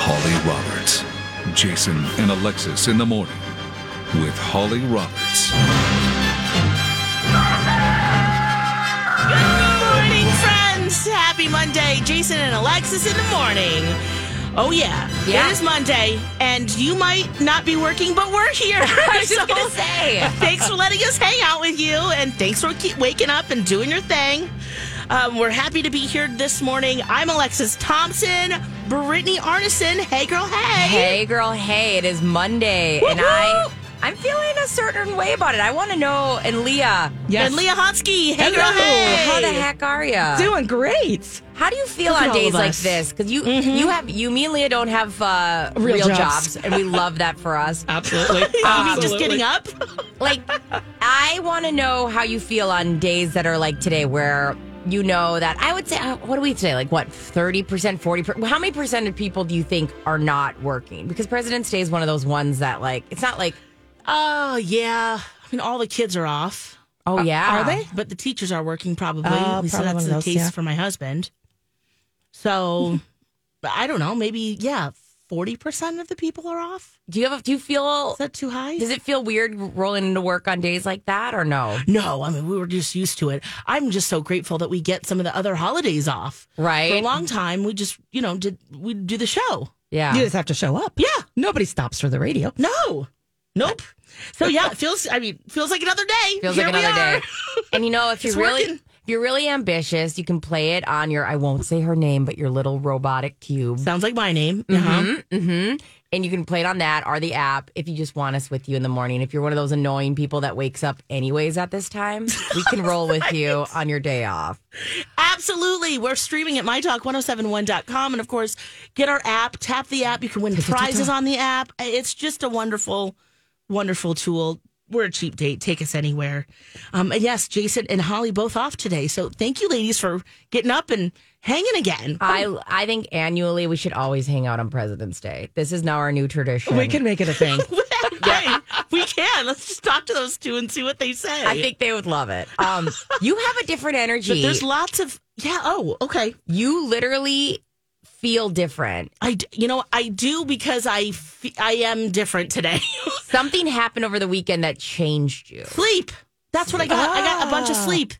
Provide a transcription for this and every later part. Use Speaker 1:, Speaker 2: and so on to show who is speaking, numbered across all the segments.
Speaker 1: Holly Roberts. Jason and Alexis in the morning with Holly Roberts.
Speaker 2: Good morning, friends. Happy Monday. Jason and Alexis in the morning. Oh, yeah.
Speaker 3: Yeah.
Speaker 2: It is Monday, and you might not be working, but we're here.
Speaker 3: I was just gonna say.
Speaker 2: thanks for letting us hang out with you, and thanks for keep waking up and doing your thing. Um, we're happy to be here this morning. I'm Alexis Thompson, Brittany Arneson. Hey, girl, hey.
Speaker 3: Hey, girl. Hey, it is Monday, and
Speaker 2: Woo-hoo!
Speaker 3: I I'm feeling a certain way about it. I want to know. And Leah,
Speaker 2: And Leah Hotsky. Hey, girl,
Speaker 3: Hello.
Speaker 2: hey.
Speaker 3: how the heck are you?
Speaker 4: Doing great.
Speaker 3: How do you feel
Speaker 4: Look at
Speaker 3: on
Speaker 4: all
Speaker 3: days
Speaker 4: of
Speaker 3: like
Speaker 4: us. Mm-hmm.
Speaker 3: this? Because you you have you me and Leah don't have uh, real,
Speaker 4: Real
Speaker 3: jobs.
Speaker 4: jobs.
Speaker 3: and we love that for us.
Speaker 4: Absolutely.
Speaker 2: I mean, just getting up.
Speaker 3: Like, I want to know how you feel on days that are like today, where you know that I would say, uh, what do we say? Like, what thirty percent, forty percent? How many percent of people do you think are not working? Because President's Day is one of those ones that like it's not like
Speaker 2: Oh, yeah. I mean, all the kids are off.
Speaker 3: oh yeah
Speaker 4: are they?
Speaker 2: But the teachers are working probably.
Speaker 4: Oh,
Speaker 2: At least
Speaker 4: probably one
Speaker 2: that's
Speaker 4: of
Speaker 2: the
Speaker 4: those,
Speaker 2: case
Speaker 4: yeah.
Speaker 2: for my husband. So but I don't know, maybe yeah, forty percent of the people are off.
Speaker 3: Do you have? Do you feel?
Speaker 2: Is that too high?
Speaker 3: Does it feel weird rolling into work on days like that, or no?
Speaker 2: no, I mean we were just used to it. I'm just so grateful that we get some of the other holidays off. For a
Speaker 3: Right?
Speaker 2: long time we just, you know, did we do the show.
Speaker 3: Yeah.
Speaker 4: You just have to show up.
Speaker 2: Yeah.
Speaker 4: Nobody stops for the radio.
Speaker 2: No. Nope. So yeah, it feels I mean, feels like another day.
Speaker 3: Feels
Speaker 2: Here
Speaker 3: like
Speaker 2: we
Speaker 3: another
Speaker 2: are.
Speaker 3: day. And you know, if you're
Speaker 2: It's
Speaker 3: really
Speaker 2: working.
Speaker 3: if you're really ambitious, you can play it on your I won't say her name, but your little robotic cube.
Speaker 2: Sounds like my name. Uh-huh.
Speaker 3: Mm-hmm. And you can play it on that or the app if you just want us with you in the morning. If you're one of those annoying people that wakes up anyways at this time, we can roll with you on your day off.
Speaker 2: Absolutely. We're streaming at mytalk1071.com. And of course, get our app, tap the app. You can win prizes on the app. It's just a wonderful, wonderful tool. We're a cheap date. Take us anywhere. Um, and yes, Jason and Holly both off today. So thank you, ladies, for getting up and hanging again.
Speaker 3: I
Speaker 4: Oh.
Speaker 3: I think annually we should always hang out on President's Day. This is now our new tradition.
Speaker 4: We can make it a thing.
Speaker 2: Hey, we can. Let's just talk to those two and see what they say.
Speaker 3: I think they would love it. Um, you have a different
Speaker 2: but
Speaker 3: energy.
Speaker 2: there's lots of, yeah. Oh, okay.
Speaker 3: you literally feel different.
Speaker 2: I, d- you know, I do because I, fe- I am different today.
Speaker 3: Something happened over the weekend that changed you.
Speaker 2: Sleep. That's what I got. I got a bunch of sleep.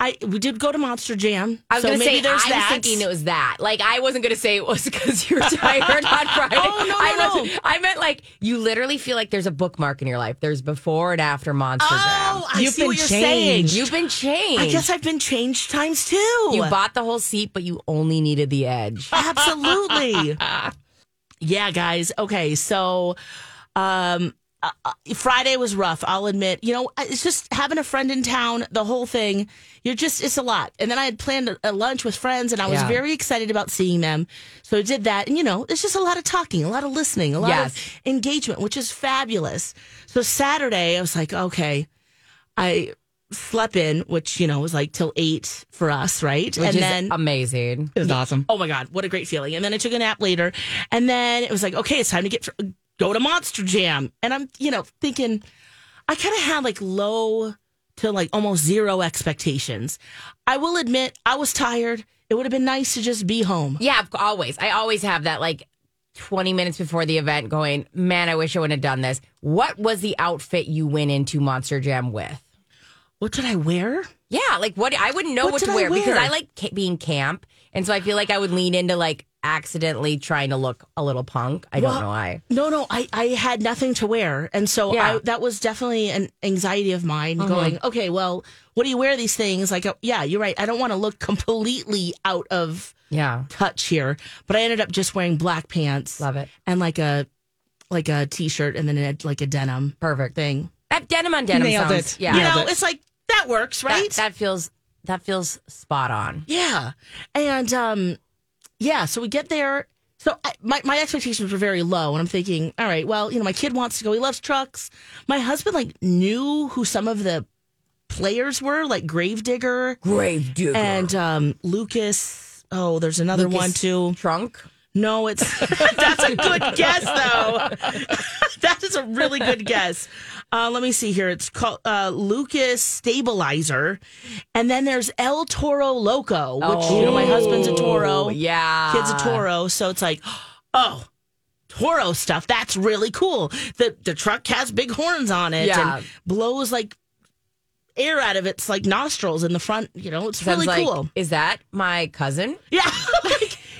Speaker 2: I we did go to Monster Jam.
Speaker 3: Ah. I was
Speaker 2: so
Speaker 3: gonna
Speaker 2: maybe
Speaker 3: say
Speaker 2: there's
Speaker 3: I
Speaker 2: that.
Speaker 3: was thinking it was that. Like I wasn't gonna say it was because you're tired on Friday.
Speaker 2: Oh, no,
Speaker 3: I
Speaker 2: no,
Speaker 3: wasn't- I meant like you literally feel like there's a bookmark in your life. There's before and after Monster
Speaker 2: oh, I
Speaker 4: You've
Speaker 2: see
Speaker 4: been
Speaker 2: what you're
Speaker 3: Jam.
Speaker 4: changed.
Speaker 2: saying.
Speaker 3: You've been changed.
Speaker 2: I guess I've been changed times two.
Speaker 3: you bought the whole seat, but you only needed the edge.
Speaker 2: Absolutely. yeah, guys. Okay, so um uh, uh, Friday was rough, I'll admit. You know, I- it's just having a friend in town, the whole thing. You're just it's a lot. And then I had planned a, a lunch with friends and I was
Speaker 3: Yeah.
Speaker 2: very excited about seeing them. So I did that and you know, it's just a lot of talking, a lot of listening, a lot
Speaker 3: Yes.
Speaker 2: of engagement, which is fabulous. So Saturday, I was like, okay, I slept in, which you know was like till 8 for us, right?
Speaker 3: Which
Speaker 2: and
Speaker 3: is
Speaker 2: then
Speaker 3: amazing.
Speaker 4: It was awesome.
Speaker 2: oh my god, what a great feeling. And then I took a nap later, and then it was like, okay, it's time to get go to Monster Jam, and I'm you know thinking, I kind of had like low to like almost zero expectations. I will admit, I was tired. It would have been nice to just be home.
Speaker 3: Yeah, of- always. I always have that like 20 minutes before the event going, man, I wish I would have done this. What was the outfit you went into Monster Jam with?
Speaker 2: What did I wear?
Speaker 3: Yeah, like what I wouldn't know what,
Speaker 2: What
Speaker 3: to
Speaker 2: did I
Speaker 3: wear, because
Speaker 2: wear?
Speaker 3: I like ca- being camp, and so I feel like I would lean into like accidentally trying to look a little punk. I don't
Speaker 2: Well,
Speaker 3: know why.
Speaker 2: No, no, I, I had nothing to wear. And so
Speaker 3: Yeah. Mm-hmm.
Speaker 2: I, that was definitely an anxiety of mine going, okay, well, what do you wear these things? Like, uh, yeah, you're right. I don't want to look completely out of
Speaker 3: Yeah,
Speaker 2: touch here, but I ended up just wearing black pants
Speaker 3: love it.
Speaker 2: and like a like a t-shirt and then it had like a denim
Speaker 3: Perfect.
Speaker 2: thing.
Speaker 3: That denim on denim
Speaker 4: Nailed
Speaker 3: sounds.
Speaker 4: it.
Speaker 3: Yeah,
Speaker 2: you
Speaker 4: Nailed
Speaker 2: know,
Speaker 4: it.
Speaker 2: it's like that works,
Speaker 3: That-
Speaker 2: right?
Speaker 3: That, feels that feels spot on.
Speaker 2: yeah. And um yeah, so we get there So I, my, my expectations were very low, and I'm thinking, all right, well, you know, my kid wants to go. He loves trucks. My husband like knew who some of the players were, like Gravedigger
Speaker 3: Grave digger.
Speaker 2: and um, Lucas. Oh, there's another one too.
Speaker 3: Trunk.
Speaker 2: No, it's that's a good guess though. that is a really good guess. Uh, let me see here. It's called uh, Lucas Stabilizer, and then there's El Toro Loco, which you know my husband's a Toro,
Speaker 3: Oh, Yeah.
Speaker 2: kid's a Toro, so it's like, oh, Toro stuff. That's really cool. The the truck has big horns on it
Speaker 3: Yeah.
Speaker 2: and blows like air out of its like nostrils in the front. You know, it's
Speaker 3: Sounds
Speaker 2: really
Speaker 3: like,
Speaker 2: cool.
Speaker 3: Is that my cousin?
Speaker 2: Yeah.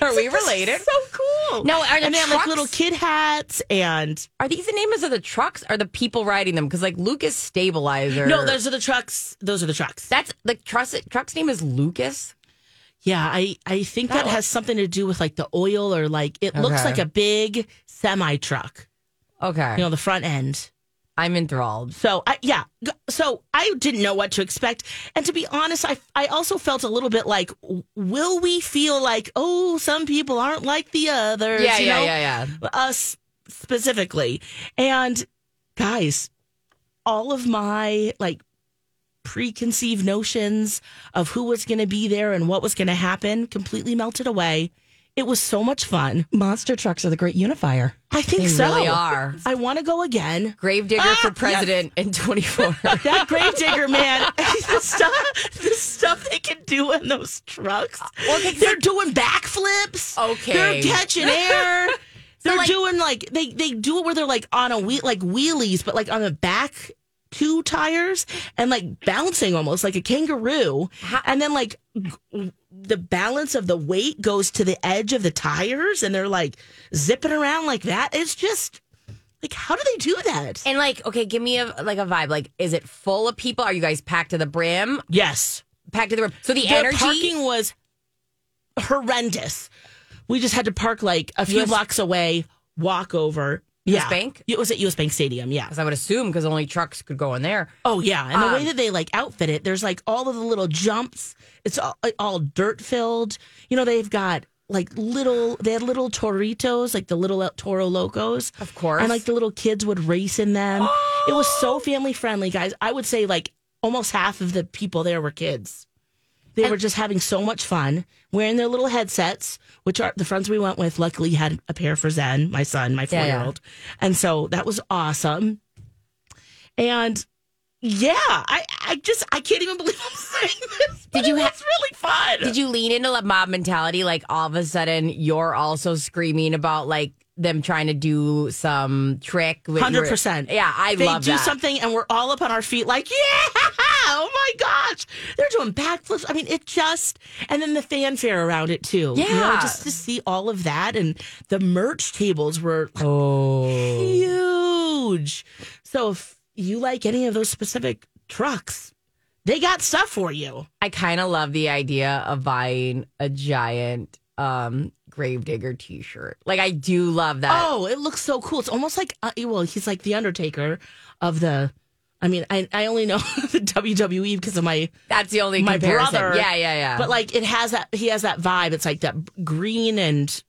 Speaker 3: Are we
Speaker 2: This is
Speaker 3: related?
Speaker 2: So cool.
Speaker 3: No, are the
Speaker 2: and they have like
Speaker 3: trucks-
Speaker 2: little kid hats and
Speaker 3: Are these the names of the trucks? Are the people riding them? Because like Lucas Stabilizer.
Speaker 2: no, those are the trucks. Those are the trucks.
Speaker 3: that's the truck's truck's name is Lucas.
Speaker 2: yeah, I I think that,
Speaker 3: That-
Speaker 2: has something to do with like the oil or like it looks
Speaker 3: Okay.
Speaker 2: like a big semi truck.
Speaker 3: Okay,
Speaker 2: You know, the front end.
Speaker 3: I'm enthralled.
Speaker 2: So I, yeah, g- so I didn't know what to expect, and to be honest, I I also felt a little bit like, w- will we feel like oh, some people aren't like the others?
Speaker 3: Yeah,
Speaker 2: you
Speaker 3: yeah,
Speaker 2: know?
Speaker 3: yeah, yeah.
Speaker 2: us specifically. And guys, all of my like preconceived notions of who was going to be there and what was going to happen completely melted away. It was so much fun.
Speaker 4: Monster trucks are the great unifier.
Speaker 2: I think
Speaker 3: They
Speaker 2: so.
Speaker 3: really are.
Speaker 2: I want to go again.
Speaker 3: Gravedigger
Speaker 2: Ah,
Speaker 3: for
Speaker 2: yes.
Speaker 3: president in 24.
Speaker 2: That gravedigger man, the stuff, the stuff they can do in those trucks.
Speaker 3: Well, 'cause
Speaker 2: they're doing backflips.
Speaker 3: Okay.
Speaker 2: they're catching air. They're
Speaker 3: like-
Speaker 2: doing like they they do it where they're like on a wheel like wheelies, but like on the back two tires and like bouncing almost like a kangaroo, and then like g- the balance of the weight goes to the edge of the tires, and they're like zipping around like that. It's just like how do they do that?
Speaker 3: and like, okay, give me a like a vibe. Like, is it full of people? Are you guys packed to the brim?
Speaker 2: yes.
Speaker 3: Packed to the brim. So the
Speaker 2: The
Speaker 3: energy.
Speaker 2: parking was horrendous. We just had to park like a few
Speaker 3: US
Speaker 2: blocks away, walk over.
Speaker 3: US
Speaker 2: yeah.
Speaker 3: Bank?
Speaker 2: It was at US Bank Stadium, yeah.
Speaker 3: 'cause I would assume because only trucks could go in there.
Speaker 2: Oh yeah, and the
Speaker 3: Um,
Speaker 2: way that they like outfit it, there's like all of the little jumps. It's all, like, all dirt filled. You know, they've got like little. They had little toritos, like the little El Toro Locos,
Speaker 3: Of course. Oh.
Speaker 2: and like the little kids would race in them. It was so family friendly, guys. I would say like almost half of the people there were kids. They were just having so much fun wearing their little headsets, which are the friends we went with. Luckily, had a pair for Zen, my son, my four
Speaker 3: Yeah, yeah.
Speaker 2: year old, and so that was awesome. And yeah, I, I just I can't even believe I'm saying this. Did
Speaker 3: you
Speaker 2: you?
Speaker 3: ha-
Speaker 2: It's really fun.
Speaker 3: Did you lean into the mob mentality? Like all of a sudden, you're also screaming about like them trying to do some trick. with-
Speaker 2: Hundred percent.
Speaker 3: Yeah, I
Speaker 2: they
Speaker 3: love
Speaker 2: do
Speaker 3: that.
Speaker 2: something, and we're all up on our feet, like yeah. Oh my gosh, they're doing backflips. I mean, it just and then the fanfare around it too. you know,
Speaker 3: Yeah.
Speaker 2: just to see all of that, and the merch tables were like,
Speaker 3: oh,
Speaker 2: huge. So if you like any of those specific trucks, they got stuff for you.
Speaker 3: I kind of love the idea of buying a giant um gravedigger T-shirt. Like I do love that.
Speaker 2: Oh, it looks so cool. It's almost like, uh, well, he's like the Undertaker of the. I mean, I, I only know the WWE because of my
Speaker 3: That's the only
Speaker 2: my
Speaker 3: comparison.
Speaker 2: brother.
Speaker 3: Yeah, yeah, yeah.
Speaker 2: But like, it has that he has that vibe. It's like that green and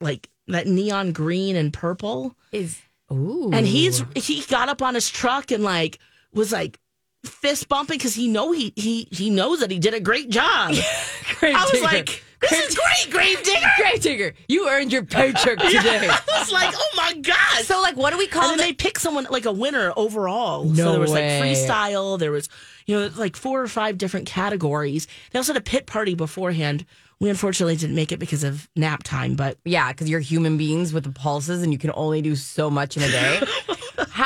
Speaker 2: like that neon green and purple.
Speaker 3: is ooh,
Speaker 2: And he's he got up on his truck and like was like fist bumping because he know he he he knows that he did a great job. I was like, this is great, Gravedigger.
Speaker 3: gravedigger. You earned your paycheck today.
Speaker 2: I was like, oh my god.
Speaker 3: So like, what do we call
Speaker 2: and then they pick someone like a winner overall. so
Speaker 3: Um, No
Speaker 2: there was
Speaker 3: way.
Speaker 2: like freestyle, there was you know like four or five different categories. They also had a pit party beforehand. We unfortunately didn't make it because of nap time, but
Speaker 3: Yeah, because you're human beings with the pulses, and you can only do so much in a day.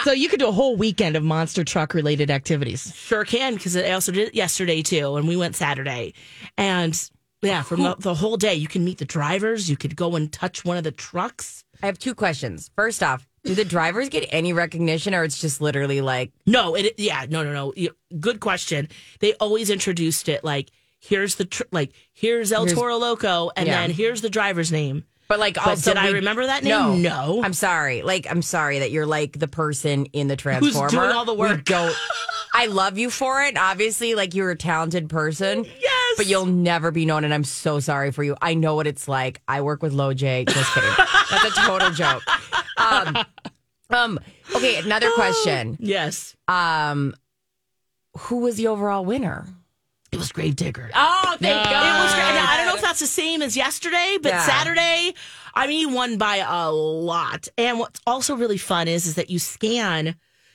Speaker 4: So you could do a whole weekend of monster truck related activities.
Speaker 2: sure can because I also did it yesterday too, and we went Saturday, and yeah, from the, the whole day you can meet the drivers, you could go and touch one of the trucks.
Speaker 3: I have two questions. First off, do the drivers get any recognition, or it's just literally like,
Speaker 2: No, it yeah, no, no, no. You- Good question. They always introduced it like here's the tr- like here's El Toro Loco, and
Speaker 3: Yeah.
Speaker 2: then here's the driver's name.
Speaker 3: but like
Speaker 2: But
Speaker 3: also,
Speaker 2: did I
Speaker 3: we-
Speaker 2: remember that name?
Speaker 3: No,
Speaker 2: No.
Speaker 3: I'm sorry. Like, I'm sorry that you're like the person in the transformer
Speaker 2: doing all the
Speaker 3: We
Speaker 2: work.
Speaker 3: don't. I love you for it. Obviously, like you're a talented person.
Speaker 2: Yes. Yes.
Speaker 3: but you'll never be known. And I'm so sorry for you. I know what it's like. I work with Loj. Just kidding. That's a total joke. Um, um, okay, another question.
Speaker 2: Yes.
Speaker 3: Um, who was the overall winner?
Speaker 2: It was Gravedigger.
Speaker 3: Oh, thank God.
Speaker 2: Uh, It was great. Now, I don't know if that's the same as yesterday, but
Speaker 3: Yeah.
Speaker 2: Saturday, I mean, he won by a lot. And what's also really fun is is that you scan,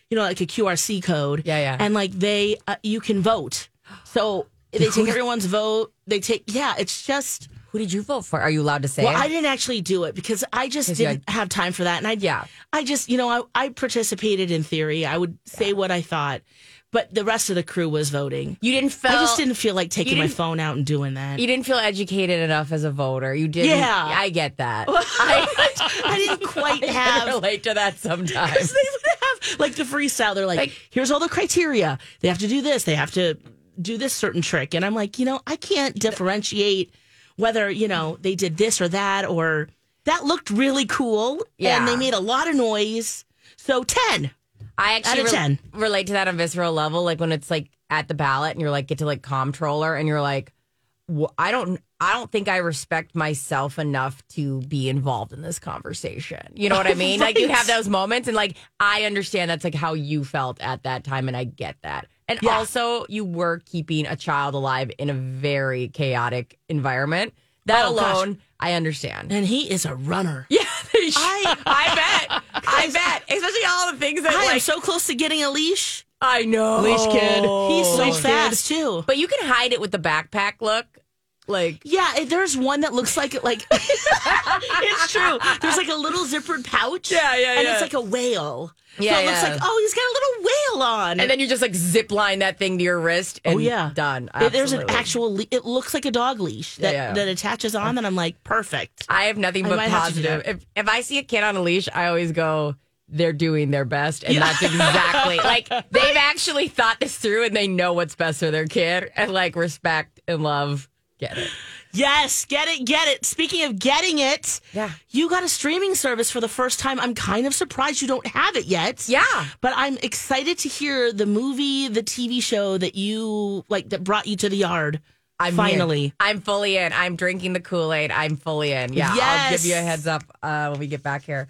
Speaker 2: you know, like a QRC code.
Speaker 3: Yeah, yeah.
Speaker 2: And like they, uh, you can vote. So they take everyone's vote. They take, yeah. It's just.
Speaker 3: Who did you vote for? Are you allowed to say?
Speaker 2: Well,
Speaker 3: it?
Speaker 2: I didn't actually do it because I just
Speaker 3: 'Cause you
Speaker 2: didn't have time for that. And I,
Speaker 3: Yeah.
Speaker 2: I just, you know, I, I participated in theory. I would say what I thought, but the rest of the crew was voting.
Speaker 3: you didn't feel.
Speaker 2: I just didn't feel like taking my
Speaker 3: didn't-
Speaker 2: phone out and doing that.
Speaker 3: You didn't feel educated enough as a voter. You didn't.
Speaker 2: Yeah.
Speaker 3: I get that. I,
Speaker 2: I didn't quite
Speaker 3: I can
Speaker 2: have.
Speaker 3: relate to that sometimes.
Speaker 2: They would have like the freestyle. They're like,
Speaker 3: Like-
Speaker 2: here's all the criteria. They have to do this. They have to do this certain trick. And I'm like, you know, I can't differentiate whether you know they did this or that or that looked really cool.
Speaker 3: Yeah.
Speaker 2: and they made a lot of noise. So ten.
Speaker 3: I actually
Speaker 2: Out of
Speaker 3: re-
Speaker 2: 10.
Speaker 3: relate to that on visceral level, like when it's like at the ballot and you're like get to like comptroller and you're like, "Wh- I don't, I don't think I respect myself enough to be involved in this conversation. You know what I mean? Like you
Speaker 2: Right.
Speaker 3: have those moments, and like I understand that's like how you felt at that time, and I get that. And
Speaker 2: Yeah.
Speaker 3: also, you were keeping a child alive in a very chaotic environment. That
Speaker 2: Oh, gosh.
Speaker 3: alone, I understand.
Speaker 2: And he is a runner.
Speaker 3: Yeah, I, I bet, I bet, especially all the things that
Speaker 2: I am
Speaker 3: like
Speaker 2: so close to getting a leash.
Speaker 3: I know.
Speaker 4: Leash kid.
Speaker 2: He's so
Speaker 3: Oh.
Speaker 4: Leash kid.
Speaker 2: fast too.
Speaker 3: But you can hide it with the backpack look. Like
Speaker 2: Yeah, it- there's one that looks like like it's true. There's like a little zippered pouch.
Speaker 3: Yeah, yeah,
Speaker 2: And
Speaker 3: yeah.
Speaker 2: it's like a whale.
Speaker 3: Yeah,
Speaker 2: so it looks
Speaker 3: yeah.
Speaker 2: like oh, he's got a little whale on.
Speaker 3: and then you just like zip line that thing to your wrist and
Speaker 2: oh yeah,
Speaker 3: done.
Speaker 2: It- there's an
Speaker 3: Absolutely.
Speaker 2: actual. Le- it looks like a dog leash that
Speaker 3: yeah.
Speaker 2: that attaches on. That I'm like perfect.
Speaker 3: I have nothing
Speaker 2: I
Speaker 3: but
Speaker 2: might have to do
Speaker 3: positive. If if I see a kid on a leash, I always go, they're doing their best. And that's exactly like they've actually thought this through and they know what's best for their kid and like respect and love. Get it.
Speaker 2: Yes, get it, get it. Speaking of getting it,
Speaker 3: Yeah.
Speaker 2: you got a streaming service for the first time. I'm kind of surprised you don't have it yet.
Speaker 3: Yeah.
Speaker 2: But I'm excited to hear the movie, the TV show that you like that brought you to the yard.
Speaker 3: I'm
Speaker 2: finally.
Speaker 3: in. I'm fully in. I'm drinking the Kool Aid. I'm fully in. Yeah. I'll
Speaker 2: Yes.
Speaker 3: give you a heads up uh, when we get back here.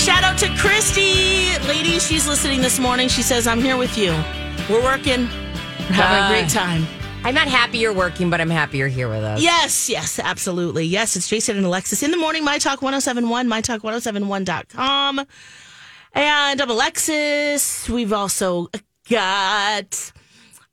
Speaker 2: Shout out to Christy, lady. She's listening this morning. She says, "I'm here with you. We're working. We're having a great time."
Speaker 3: I'm not happy you're working, but I'm happy you're here with us.
Speaker 2: Yes, yes, absolutely. Yes, it's Jason and Alexis in the morning. My Talk 1071, mytalk1071.com. And I'm Alexis. We've also got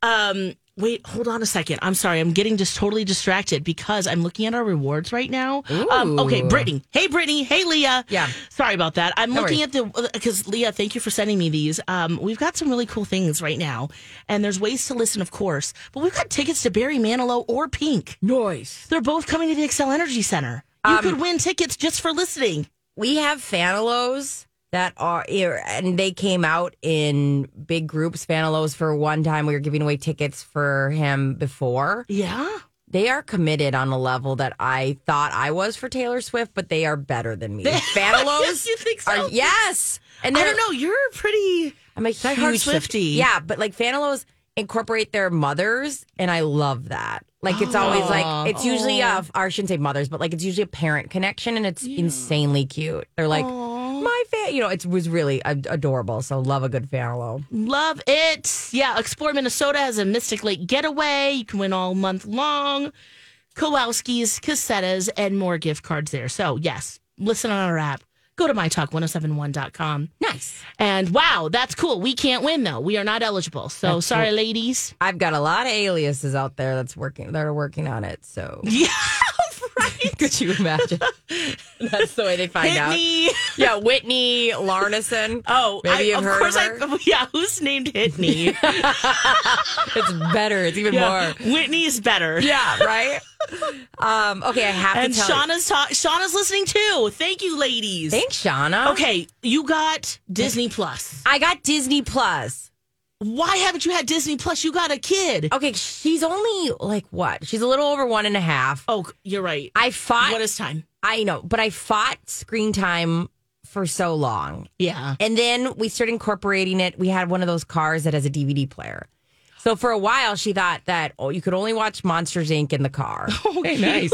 Speaker 2: um wait, hold on a second. I'm sorry. I'm getting just totally distracted because I'm looking at our rewards right now. Um okay, Brittany. Hey Brittany. Hey Leah.
Speaker 3: Yeah.
Speaker 2: Sorry about that. I'm looking
Speaker 3: worries.
Speaker 2: at the because Leah, thank you for sending me these. Um, we've got some really cool things right now, and there's ways to listen, of course. But we've got tickets to Barry Manilow or Pink.
Speaker 3: Noise.
Speaker 2: They're both coming to the Excel Energy Center. You
Speaker 3: Um,
Speaker 2: could win tickets just for listening.
Speaker 3: We have fanalos that are and they came out in big groups. Fanalos for one time we were giving away tickets for him before.
Speaker 2: Yeah.
Speaker 3: They are committed on a level that I thought I was for Taylor Swift, but they are better than me. Fanalos
Speaker 2: Yes, you think so?
Speaker 3: are yes. And
Speaker 2: I
Speaker 3: they're
Speaker 2: don't know. You're pretty.
Speaker 3: I'm a
Speaker 2: Die Hard
Speaker 3: huge Swiftie.
Speaker 2: Swiftie.
Speaker 3: Yeah, but like Fanalos incorporate their mothers, and I love that. Like it's always like it's usually a or I shouldn't say mothers, but like it's usually a parent connection, and it's insanely cute. They're like my fan, you know, it was really ad- adorable. So love a good fallow.
Speaker 2: Love it. Yeah, Explore Minnesota has a Mystic Lake getaway. You can win all month long. Kowalski's, Cassettas, and more gift cards there. So, yes, listen on our app. Go to mytalk1071.com.
Speaker 3: Nice.
Speaker 2: And wow, that's cool. We can't win, though. We are not eligible. So, sorry, ladies.
Speaker 3: I've got a lot of aliases out there that's working that are working on it. So
Speaker 2: Yeah,
Speaker 3: could you imagine? that's the way they find out.
Speaker 2: Whitney.
Speaker 3: Yeah, Whitney Larnison.
Speaker 2: Oh,
Speaker 3: Maybe
Speaker 2: I,
Speaker 3: you've
Speaker 2: of
Speaker 3: heard of
Speaker 2: course
Speaker 3: her.
Speaker 2: I. Yeah, who's named Whitney?
Speaker 3: it's better. It's even
Speaker 2: yeah.
Speaker 3: more.
Speaker 2: Whitney's better.
Speaker 3: Yeah, right. um, okay, I have
Speaker 2: And
Speaker 3: to tell.
Speaker 2: Shauna's ta- Shauna's listening too. Thank you, ladies.
Speaker 3: Thanks, Shauna.
Speaker 2: Okay, you got Disney Plus.
Speaker 3: I got Disney Plus.
Speaker 2: Why haven't you had Disney Plus? You got a kid.
Speaker 3: Okay, she's only like what? She's a little over one and a half.
Speaker 2: Oh, you're right.
Speaker 3: I fought.
Speaker 2: what is time?
Speaker 3: I know, but I fought screen time for so long,
Speaker 2: Yeah.
Speaker 3: and then we started incorporating it. We had one of those cars that has a DVD player. So for a while, she thought that oh, you could only watch Monsters Inc. in the car.
Speaker 4: Hey, nice.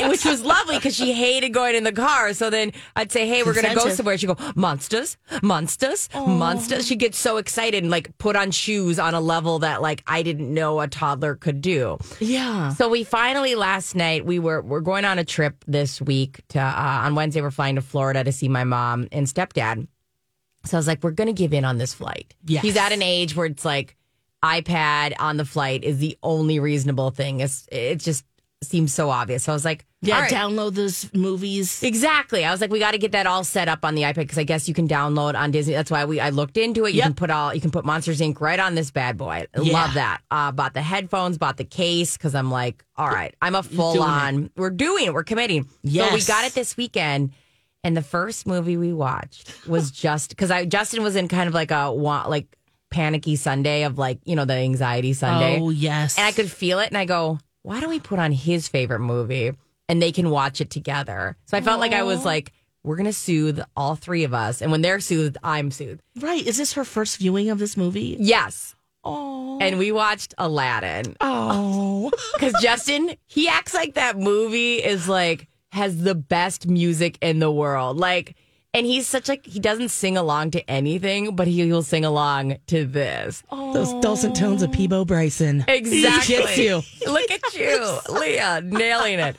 Speaker 3: And- which was lovely because she hated going in the car. So then I'd say, "Hey, we're going to go
Speaker 2: Incentive.
Speaker 3: somewhere." She'd go, "Monsters, monsters, monsters." She'd get so excited and like put on shoes on a level that like I didn't know a toddler could do.
Speaker 2: Yeah.
Speaker 3: So we finally last night we were we're going on a trip this week to uh, on Wednesday we're flying to Florida to see my mom and stepdad. So I was like, we're gonna give in on this flight.
Speaker 2: Yes.
Speaker 3: He's at an age where it's like iPad on the flight is the only reasonable thing. It's, it just seems so obvious. So I was like,
Speaker 2: Yeah.
Speaker 3: all right.
Speaker 2: Download those movies.
Speaker 3: Exactly. I was like, we got to get that all set up on the iPad because I guess you can download on Disney. That's why we I looked into it. You
Speaker 2: Yep.
Speaker 3: can put all you can put Monsters Inc. right on this bad boy. I
Speaker 2: Yeah.
Speaker 3: Love that. Uh, bought the headphones, bought the case because I'm like, all right, I'm a full on. We're doing it. We're committing. So we
Speaker 2: Yes.
Speaker 3: got it this weekend. And the first movie we watched was just because I Justin was in kind of like a wa- like panicky Sunday of like you know the anxiety Sunday.
Speaker 2: Oh yes.
Speaker 3: And I could feel it. And I go, why don't we put on his favorite movie and they can watch it together? So I felt like I was like, we're going to soothe all three of us. And when they're soothed, I'm soothed.
Speaker 2: right. Is this her first viewing of this movie?
Speaker 3: Yes.
Speaker 2: Oh.
Speaker 3: And we watched Aladdin
Speaker 2: Oh.
Speaker 3: because Justin, he acts like that movie is like, has the best music in the world. Like, and he's such like he doesn't sing along to anything, but he will sing along to this.
Speaker 4: Those dulcet tones of Peebo Bryson.
Speaker 3: Exactly.
Speaker 4: He gets you.
Speaker 3: Look at you, Leah, nailing it.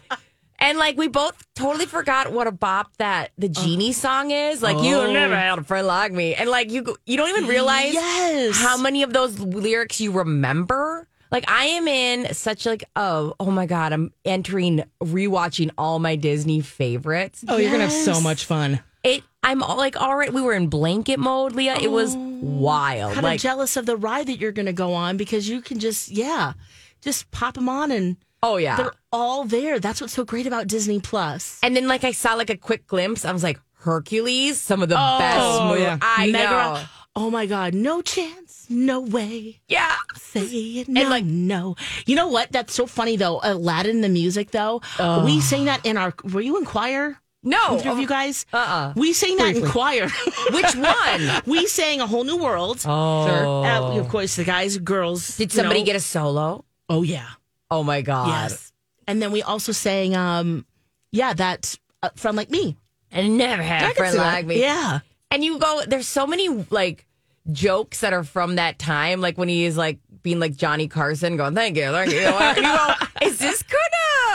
Speaker 3: And like we both totally forgot what a bop that the genie song is. Like you never had a friend like me, and like you go- you don't even realize
Speaker 2: Yes.
Speaker 3: how many of those lyrics you remember. Like I am in such like oh oh my god I'm entering rewatching all my Disney favorites.
Speaker 4: Oh, you're going to have so much fun.
Speaker 3: It I'm all, like all right we were in blanket mode, Leah. It was wild.
Speaker 2: Kind
Speaker 3: like
Speaker 2: of jealous of the ride that you're going to go on because you can just yeah, just pop them on and
Speaker 3: oh yeah,
Speaker 2: they're all there. That's what's so great about Disney Plus.
Speaker 3: And then like I saw like a quick glimpse. I was like, Hercules, some of the best movies.
Speaker 4: yeah.
Speaker 3: Oh, I know.
Speaker 2: Megara- Oh my God! No chance, no way.
Speaker 3: Yeah.
Speaker 2: Say it no,
Speaker 3: like-
Speaker 2: no. You know what? That's so funny though. Aladdin, the music though.
Speaker 3: Oh.
Speaker 2: We sang that in our. Were you in choir?
Speaker 3: No.
Speaker 2: Either of you guys?
Speaker 3: Oh, Uh-uh.
Speaker 2: We sang that in choir.
Speaker 3: Which one?
Speaker 2: we sang a whole new world. Oh, of course, the guys, girls.
Speaker 3: Did somebody get a solo?
Speaker 2: A- oh yeah,
Speaker 3: Oh my god.
Speaker 2: yes. And then we also sang, um, yeah, that uh, from like me.
Speaker 3: I never had a friend like me.
Speaker 2: Yeah,
Speaker 3: And you go, there's so many like jokes that are from that time, like when he is like being like Johnny Carson going, Thank you, thank you. And you go, Is this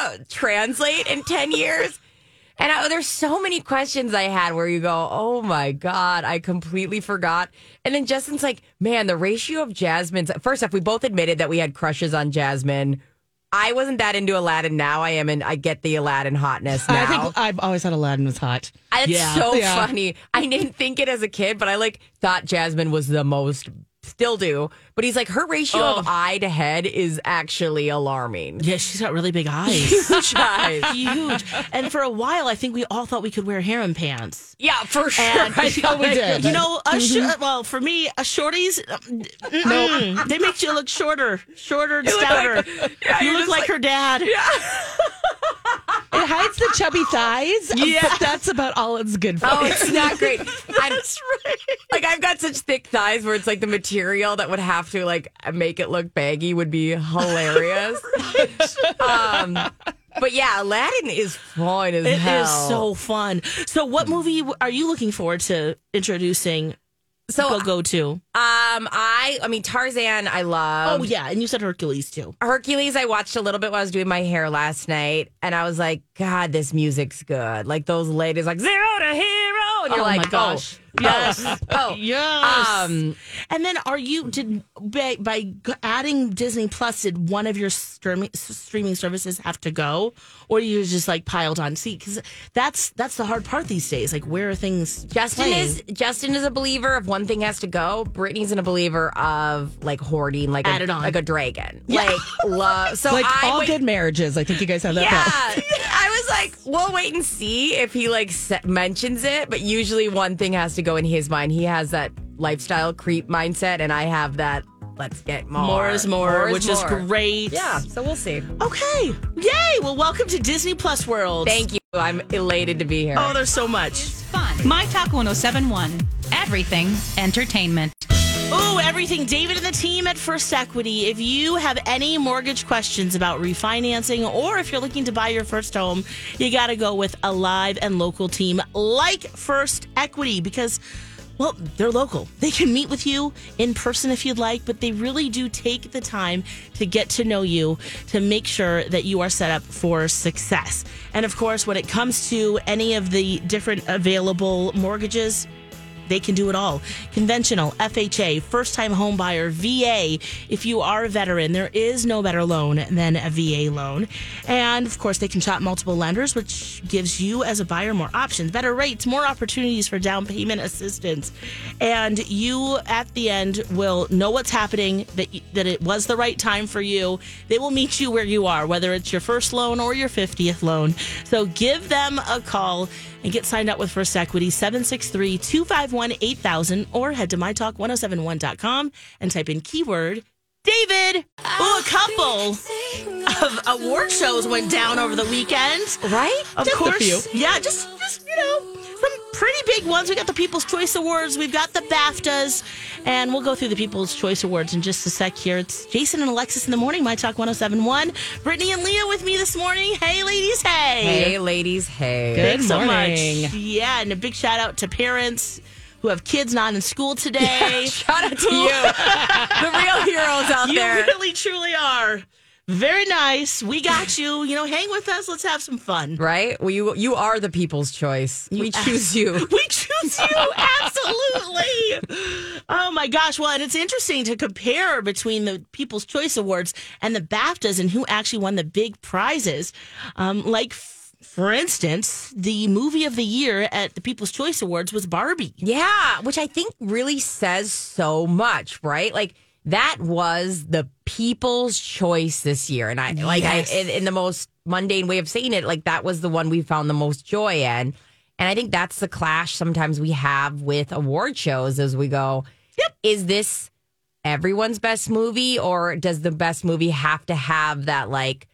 Speaker 3: gonna translate in ten years? And I, there's so many questions I had where you go, oh my God, I completely forgot. And then Justin's like, man, the ratio of Jasmine's. First off, we both admitted that we had crushes on Jasmine. I wasn't that into Aladdin. Now I am, and I get the Aladdin hotness now.
Speaker 4: I think I've always had Aladdin was hot.
Speaker 3: It's so
Speaker 4: Yeah.
Speaker 3: funny. I didn't think it as a kid, but I like thought Jasmine was the most. Still do, but he's like her ratio of eye to head is actually alarming.
Speaker 2: yeah. She's got really big eyes.
Speaker 3: Huge eyes.
Speaker 2: Huge. And for a while, I think we all thought we could wear harem pants.
Speaker 3: Yeah, for sure.
Speaker 2: And
Speaker 3: I know.
Speaker 4: we did.
Speaker 2: You know, a sh- well, for me, a shorties, um, mm, they make you look shorter, shorter, and stouter. you
Speaker 3: you're
Speaker 2: look
Speaker 3: just
Speaker 2: like,
Speaker 3: like-
Speaker 2: her dad. Yeah.
Speaker 4: It hides the chubby thighs, but that's about all it's good for.
Speaker 3: Oh, it's not great. I'm, Like I've got such thick thighs where it's like the material that would have to like make it look baggy would be hilarious. um, But yeah, Aladdin is fun as
Speaker 2: It is
Speaker 3: hell.
Speaker 2: so fun. So, what movie w- are you looking forward to introducing?
Speaker 3: So,
Speaker 2: people go to.
Speaker 3: Um, I I mean Tarzan, I love.
Speaker 2: oh yeah, and you said Hercules too.
Speaker 3: Hercules, I watched a little bit while I was doing my hair last night, and I was like, God, this music's good. Like those ladies, like zero to hero, and you're
Speaker 2: Oh, my
Speaker 3: like,
Speaker 2: gosh.
Speaker 3: oh, yes, oh,
Speaker 2: Yes.
Speaker 3: um,
Speaker 2: And then, are you did by, by g- adding Disney Plus? Did one of your streaming streaming services have to go, or you just like piled on seat? Because that's that's the hard part these days. Like, where are things?
Speaker 3: Justin
Speaker 2: playing?
Speaker 3: is Justin is a believer of one thing has to go. Brittany's in a believer of like hoarding, like
Speaker 2: Add it
Speaker 3: a,
Speaker 2: on.
Speaker 3: like a dragon, like love. So
Speaker 4: Like
Speaker 3: I
Speaker 4: all
Speaker 3: wait-
Speaker 4: good marriages. I think you guys have that. problem.
Speaker 3: Yeah, I was like, we'll wait and see if he like se- mentions it. But usually, one thing has to go in his mind. He has that lifestyle creep mindset, and I have that. Let's get more.
Speaker 2: more is more, which is
Speaker 3: more.
Speaker 2: great.
Speaker 3: Yeah, so we'll see.
Speaker 2: Okay. Yay. Well, welcome to Disney Plus World.
Speaker 3: Thank you. I'm elated to be here.
Speaker 2: Oh, there's so much.
Speaker 5: Fun. My Talk 1071. Everything entertainment.
Speaker 2: Ooh, everything. David and the team at First Equity. If you have any mortgage questions about refinancing or if you're looking to buy your first home, you got to go with a live and local team like First Equity because, well, they're local. They can meet with you in person if you'd like, but they really do take the time to get to know you to make sure that you are set up for success. And of course, when it comes to any of the different available mortgages, they can do it all. Conventional, FHA, first time home buyer, VA. If you are a veteran, there is no better loan than a VA loan. And of course, they can shop multiple lenders, which gives you as a buyer more options, better rates, more opportunities for down payment assistance. And you at the end will know what's happening, that, y- that it was the right time for you. They will meet you where you are, whether it's your first loan or your 50th loan. So give them a call and get signed up with First Equity 763 251 8000 or head to mytalk1071.com and type in keyword David. Ooh, a couple of award shows went down over the weekend.
Speaker 3: right?
Speaker 2: Of course. Yeah, just just you know, some pretty big ones. We got the People's Choice Awards, we've got the BAFTAs, and we'll go through the People's Choice Awards in just a sec here. It's Jason and Alexis in the morning, My Talk 1071. Brittany and Leah with me this morning. Hey ladies, hey.
Speaker 3: Hey, ladies. Hey.
Speaker 4: Good
Speaker 2: Thanks so
Speaker 4: morning.
Speaker 2: much. Yeah, and a big shout out to parents who have kids not in school today.
Speaker 3: Shout out to you, the real heroes out
Speaker 2: you
Speaker 3: there.
Speaker 2: really truly are. Very nice. We got you. You know, hang with us. Let's have some fun.
Speaker 3: Right? Well, you you are the people's choice. we choose you.
Speaker 2: We choose you, absolutely. Oh my gosh. Well, and it's interesting to compare between the People's Choice Awards and the BAFTAs and who actually won the big prizes. Um, like, f- for instance, the movie of the year at the People's Choice Awards was Barbie.
Speaker 3: Yeah, which I think really says so much, right? Like that was the people's choice this year, and I like I in, in the most mundane way of saying it, like that was the one we found the most joy in, and I think that's the clash sometimes we have with award shows as we go. Yep, is this everyone's best movie, or does the best movie have to have that like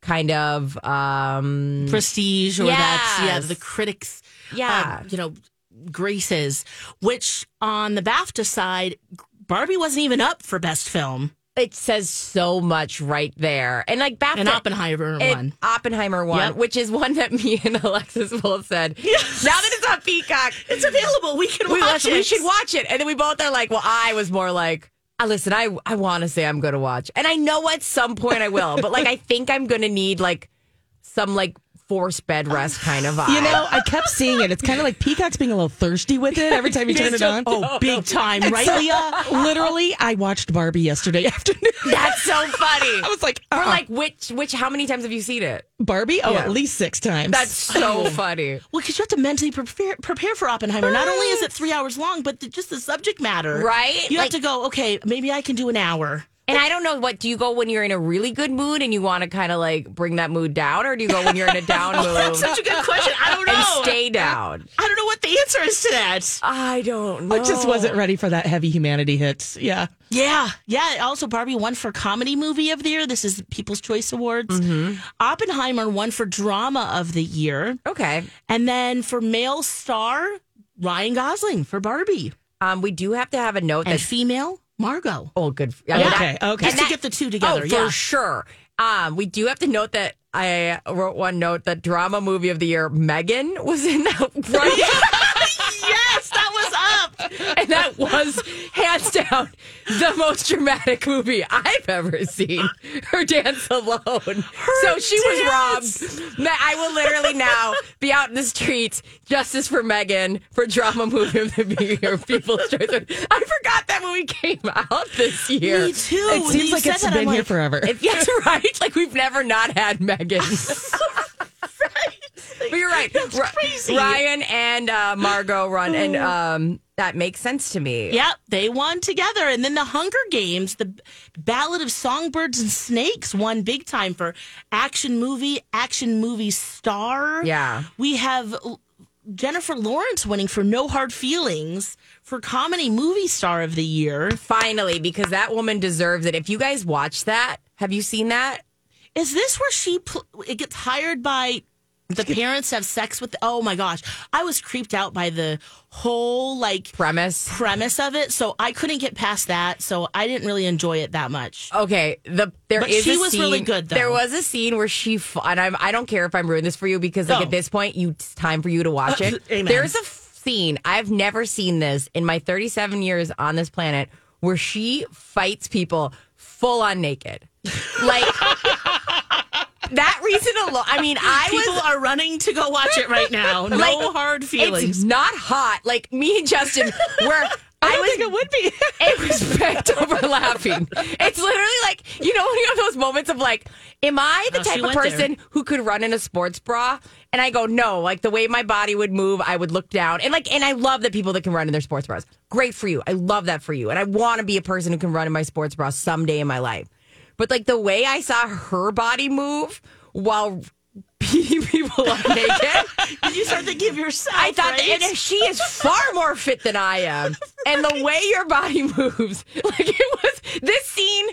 Speaker 3: kind of um
Speaker 2: prestige or that's yeah
Speaker 3: Yes.
Speaker 2: the critics
Speaker 3: Yeah.
Speaker 2: uh, you know graces which on the BAFTA side Barbie wasn't even up for best film
Speaker 3: it says so much right there, and like back
Speaker 2: and Oppenheimer
Speaker 3: It-
Speaker 2: won
Speaker 3: Oppenheimer one,
Speaker 2: Yep.
Speaker 3: which is one that me and Alexis both said. Now that it's on Peacock,
Speaker 2: it's available we can
Speaker 3: we,
Speaker 2: watch
Speaker 3: let's-
Speaker 2: it
Speaker 3: we should watch it. And then we both are like, well, I was more like, "Ah, listen, I, I want to say I'm going to watch. And I know at some point I will, but like, I think I'm going to need like some like forced bed rest kind of vibe.
Speaker 4: You know, I kept seeing it. It's kind of like Peacock's being a little thirsty with it every time you turn it on.
Speaker 2: oh big time right
Speaker 4: So,
Speaker 2: Leah
Speaker 4: literally, I watched Barbie yesterday afternoon.
Speaker 3: That's so funny.
Speaker 4: I was like,
Speaker 3: Or
Speaker 4: uh-uh.
Speaker 3: like, which, which, how many times have you seen it?
Speaker 4: Barbie? Oh,
Speaker 3: Yeah.
Speaker 4: at least six times.
Speaker 3: That's so funny.
Speaker 2: well because you have to mentally prepare prepare for Oppenheimer not only is it three hours long but the, just the subject matter
Speaker 3: Right?
Speaker 2: you
Speaker 3: Like-
Speaker 2: have to go okay maybe I can do an hour
Speaker 3: And I don't know what do you go when you're in a really good mood and you want to kind of like bring that mood down, or do you go when you're in a down mood
Speaker 2: Oh, that's such a good question I don't know
Speaker 3: and stay down?
Speaker 2: I don't know what the answer is to that
Speaker 3: I don't know.
Speaker 4: I just wasn't ready for that heavy humanity hit. Yeah.
Speaker 2: Yeah, yeah. Also, Barbie won for comedy movie of the year. This is People's Choice Awards. Oppenheimer won for drama of the year,
Speaker 3: Okay.
Speaker 2: and then for male star Ryan Gosling for Barbie,
Speaker 3: Um, we do have to have a note
Speaker 2: and
Speaker 3: that's
Speaker 2: female Margot.
Speaker 3: oh good.
Speaker 4: Okay, okay.
Speaker 2: Just to get the two together,
Speaker 3: Oh,
Speaker 2: yeah.
Speaker 3: for sure. Um, we do have to note that I wrote one note that drama movie of the year Megan was in that
Speaker 2: yes, that was up.
Speaker 3: and that was hands down the most dramatic movie I've ever seen. Her dance alone. so she was robbed. Me- I will literally now be out in the streets. Justice for Megan for drama movie of the year. People's choice. Award. I forgot that movie came out this year.
Speaker 2: Me too.
Speaker 4: It
Speaker 2: When
Speaker 4: seems
Speaker 2: you
Speaker 4: like
Speaker 2: said
Speaker 4: it's
Speaker 2: that, I'm
Speaker 4: been
Speaker 2: like,
Speaker 4: here forever.
Speaker 3: If yes, right. Like we've never not had Megan. But you're right. Ri-
Speaker 2: crazy. Oh.
Speaker 3: Ryan and uh, Margot run, and um, that makes sense to me.
Speaker 2: Yep, they won together. And then the Hunger Games, the Ballad of Songbirds and Snakes, won big time for action movie, action movie star.
Speaker 3: Yeah.
Speaker 2: We have L- Jennifer Lawrence winning for No Hard Feelings for comedy movie star of the year.
Speaker 3: Finally, because that woman deserves it. If you guys watch that, have you seen that?
Speaker 2: Is this where she pl- it gets hired by the parents to have sex with? oh my gosh, I was creeped out by the whole like
Speaker 3: Premise.
Speaker 2: premise of it, so I couldn't get past that. So I didn't really enjoy it that much.
Speaker 3: Okay, the there
Speaker 2: But
Speaker 3: is
Speaker 2: she
Speaker 3: a
Speaker 2: was
Speaker 3: scene-
Speaker 2: really good, though.
Speaker 3: There was a scene where she f- and I'm I don't care if I'm ruining this for you because like
Speaker 2: No. Uh,
Speaker 3: at this point you it's time for you to watch it.
Speaker 2: Amen.
Speaker 3: There's a f- scene I've never seen this in my 37 years on this planet where she fights people full on naked, like that reason alone. I mean, I
Speaker 2: People
Speaker 3: was
Speaker 2: are running to go watch it right now. No
Speaker 3: Like,
Speaker 2: hard feelings.
Speaker 3: It's not hot. Like me and Justin were. I, was, think it would be. it was bent over laughing. It's literally like you know when you have those moments of like, am I the
Speaker 2: Oh, she
Speaker 3: type of
Speaker 2: went there.
Speaker 3: person who could run in a sports bra? And I go, no. Like the way my body would move, I would look down and like, and I love the people that can run in their sports bras. Great for you. I love that for you. And I want to be a person who can run in my sports bra someday in my life. But like the way I saw her body move while beating people up naked.
Speaker 2: you start to give yourself.
Speaker 3: I thought that
Speaker 2: right?
Speaker 3: and she is far more fit than I am. And the way your body moves, like it was this scene,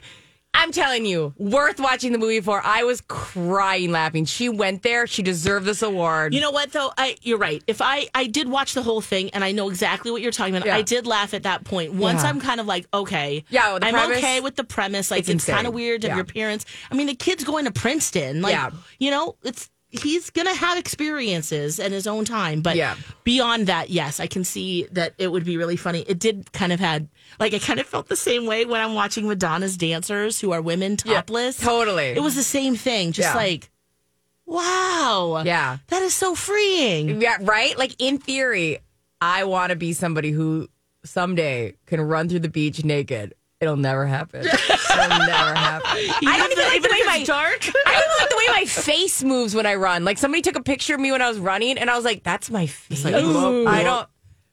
Speaker 3: I'm telling you, worth watching the movie for. I was crying laughing. She went there. She deserved this award.
Speaker 2: You know what though? I you're right. If I I did watch the whole thing and I know exactly what you're talking about.
Speaker 3: Yeah.
Speaker 2: I did laugh at that point. Once
Speaker 3: Yeah.
Speaker 2: I'm kind of like, okay,
Speaker 3: Yeah, well, the
Speaker 2: I'm
Speaker 3: premise-
Speaker 2: okay with the premise. Like
Speaker 3: It's
Speaker 2: it's, kind
Speaker 3: insane.
Speaker 2: of weird to
Speaker 3: Yeah.
Speaker 2: have your parents. I mean, the kid's going to Princeton. Like
Speaker 3: Yeah.
Speaker 2: you know, it's he's gonna have experiences in his own time. But
Speaker 3: Yeah.
Speaker 2: beyond that, yes, I can see that it would be really funny. It did kind of had like I kind of felt the same way when I'm watching Madonna's dancers who are women topless.
Speaker 3: totally.
Speaker 2: It was the same thing. Just
Speaker 3: Yeah.
Speaker 2: like. Wow.
Speaker 3: Yeah.
Speaker 2: That is so freeing.
Speaker 3: yeah, right? Like in theory, I want to be somebody who someday can run through the beach naked. It'll never happen. It'll never happen. I don't even like the way my
Speaker 2: dark.
Speaker 3: I don't even like the way my face moves when I run. Like somebody took a picture of me when I was running, and I was like, "That's my face." I don't.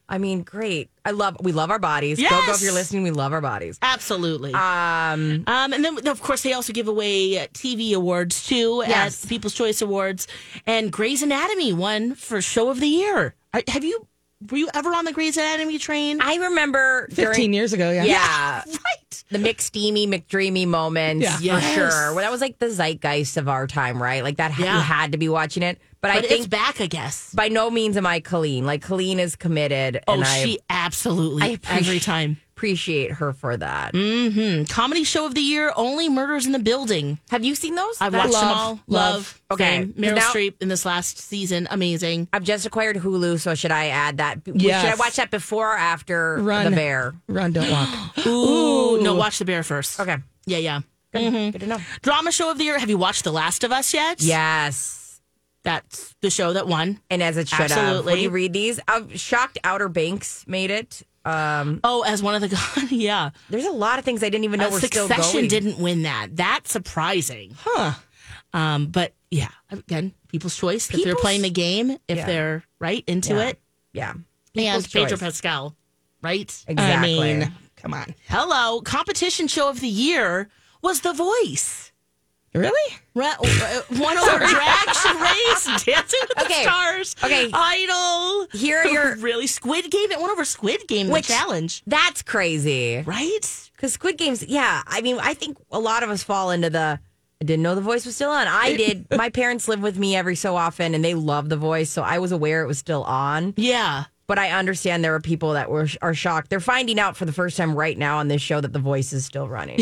Speaker 3: I mean, great. I love. We love our bodies. Go go if
Speaker 2: Yes.
Speaker 3: you're listening. We love our bodies.
Speaker 2: Absolutely.
Speaker 3: Um,
Speaker 2: Um, and then, of course, they also give away uh, TV awards too
Speaker 3: Yes.
Speaker 2: at People's Choice Awards. And Grey's Anatomy won for Show of the Year. Are, have you? Were you ever on the Grey's Anatomy train?
Speaker 3: I remember
Speaker 4: 15
Speaker 3: during,
Speaker 4: years ago, yeah.
Speaker 3: Yeah,
Speaker 2: right.
Speaker 3: the McSteamy, McDreamy moments
Speaker 4: Yeah.
Speaker 3: for
Speaker 2: Yes.
Speaker 3: sure. Well, that was like the zeitgeist of our time, right? Like that you
Speaker 2: Yeah.
Speaker 3: had to be watching it. But,
Speaker 2: But
Speaker 3: I
Speaker 2: it's
Speaker 3: think
Speaker 2: back, I guess.
Speaker 3: by no means am I Colleen. Like Colleen is committed,
Speaker 2: Oh,
Speaker 3: and I
Speaker 2: she absolutely
Speaker 3: I appreciate-
Speaker 2: every time.
Speaker 3: appreciate her for that.
Speaker 2: Mm, Comedy show of the year, only murders in the building.
Speaker 3: Have you seen those?
Speaker 2: I've
Speaker 3: That-
Speaker 2: watched them all. Love,
Speaker 3: Okay.
Speaker 2: Fame. Meryl
Speaker 3: Now-
Speaker 2: Streep in this last season, amazing.
Speaker 3: I've just acquired Hulu, so should I add that?
Speaker 4: Yes.
Speaker 3: Should I watch that before or after
Speaker 4: Run.
Speaker 3: The Bear?
Speaker 4: Run, don't walk.
Speaker 2: Ooh, no, watch the bear first.
Speaker 3: Okay.
Speaker 2: Yeah, yeah. Mm-hmm.
Speaker 3: Good, good to know.
Speaker 2: Drama show of the year. Have you watched The Last of Us yet?
Speaker 3: Yes.
Speaker 2: That's the show that won.
Speaker 3: And as it should have. When
Speaker 2: Absolutely.
Speaker 3: you read these, I'm shocked Outer Banks made it. Um,
Speaker 2: Oh, as one of the yeah.
Speaker 3: there's a lot of things I didn't even know
Speaker 2: Uh,
Speaker 3: were still
Speaker 2: Succession
Speaker 3: going.
Speaker 2: didn't win that. That's surprising. Huh. Um, but yeah, again, people's choice. if they're
Speaker 3: People's-
Speaker 2: playing the game, if
Speaker 3: Yeah.
Speaker 2: they're right into
Speaker 3: Yeah.
Speaker 2: it,
Speaker 3: Yeah.
Speaker 2: and
Speaker 3: People's
Speaker 2: Pedro
Speaker 3: choice.
Speaker 2: Pascal, right?
Speaker 3: Exactly.
Speaker 2: I mean, come on. Hello, competition show of the year was The Voice.
Speaker 4: Really?
Speaker 2: Ra- uh, one over drag race, dancing with the
Speaker 3: Okay.
Speaker 2: stars,
Speaker 3: Okay.
Speaker 2: idol.
Speaker 3: Here are your-
Speaker 2: really Squid Game. It won over Squid Game,
Speaker 3: Which-
Speaker 2: the challenge,
Speaker 3: That's crazy.
Speaker 2: right?
Speaker 3: Because Squid Games, yeah. I mean, I think a lot of us fall into the. I didn't know the voice was still on. I did. My parents live with me every so often, and they love the voice, so I was aware it was still on.
Speaker 2: Yeah,
Speaker 3: but I understand there are people that were are shocked. They're finding out for the first time right now on this show that The Voice is still running.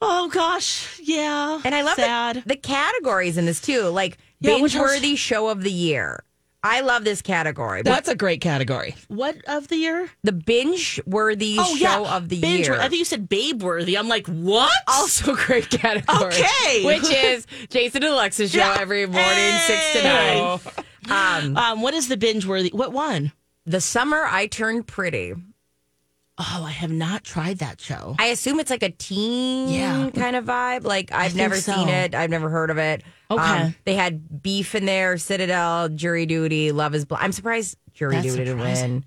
Speaker 2: Oh gosh, yeah.
Speaker 3: And I love
Speaker 2: sad.
Speaker 3: the, the categories in this too, like
Speaker 2: Yeah, which
Speaker 3: binge worthy show of the year. I love this category.
Speaker 4: That's a great category.
Speaker 2: what of the year?
Speaker 3: the binge worthy show of the
Speaker 2: Oh, Binge-
Speaker 3: year.
Speaker 2: I think you said Babe Worthy. I'm like, what?
Speaker 3: also great category.
Speaker 2: Okay.
Speaker 3: Which is Jason and Alexa's show
Speaker 2: Yeah.
Speaker 3: every morning, six to
Speaker 2: Hey.
Speaker 3: nine. Um,
Speaker 2: um, what is the binge worthy? What one?
Speaker 3: the summer I turned pretty.
Speaker 2: Oh, I have not tried that show.
Speaker 3: I assume it's like a teen
Speaker 2: Yeah.
Speaker 3: kind of vibe. Like I've
Speaker 2: think
Speaker 3: never
Speaker 2: so.
Speaker 3: seen it. I've never heard of it. Um,
Speaker 2: Okay.
Speaker 3: they had beef in there, Citadel, Jury Duty, Love is Blind. I'm surprised Jury
Speaker 2: That's
Speaker 3: Duty didn't
Speaker 2: surprising.
Speaker 3: win.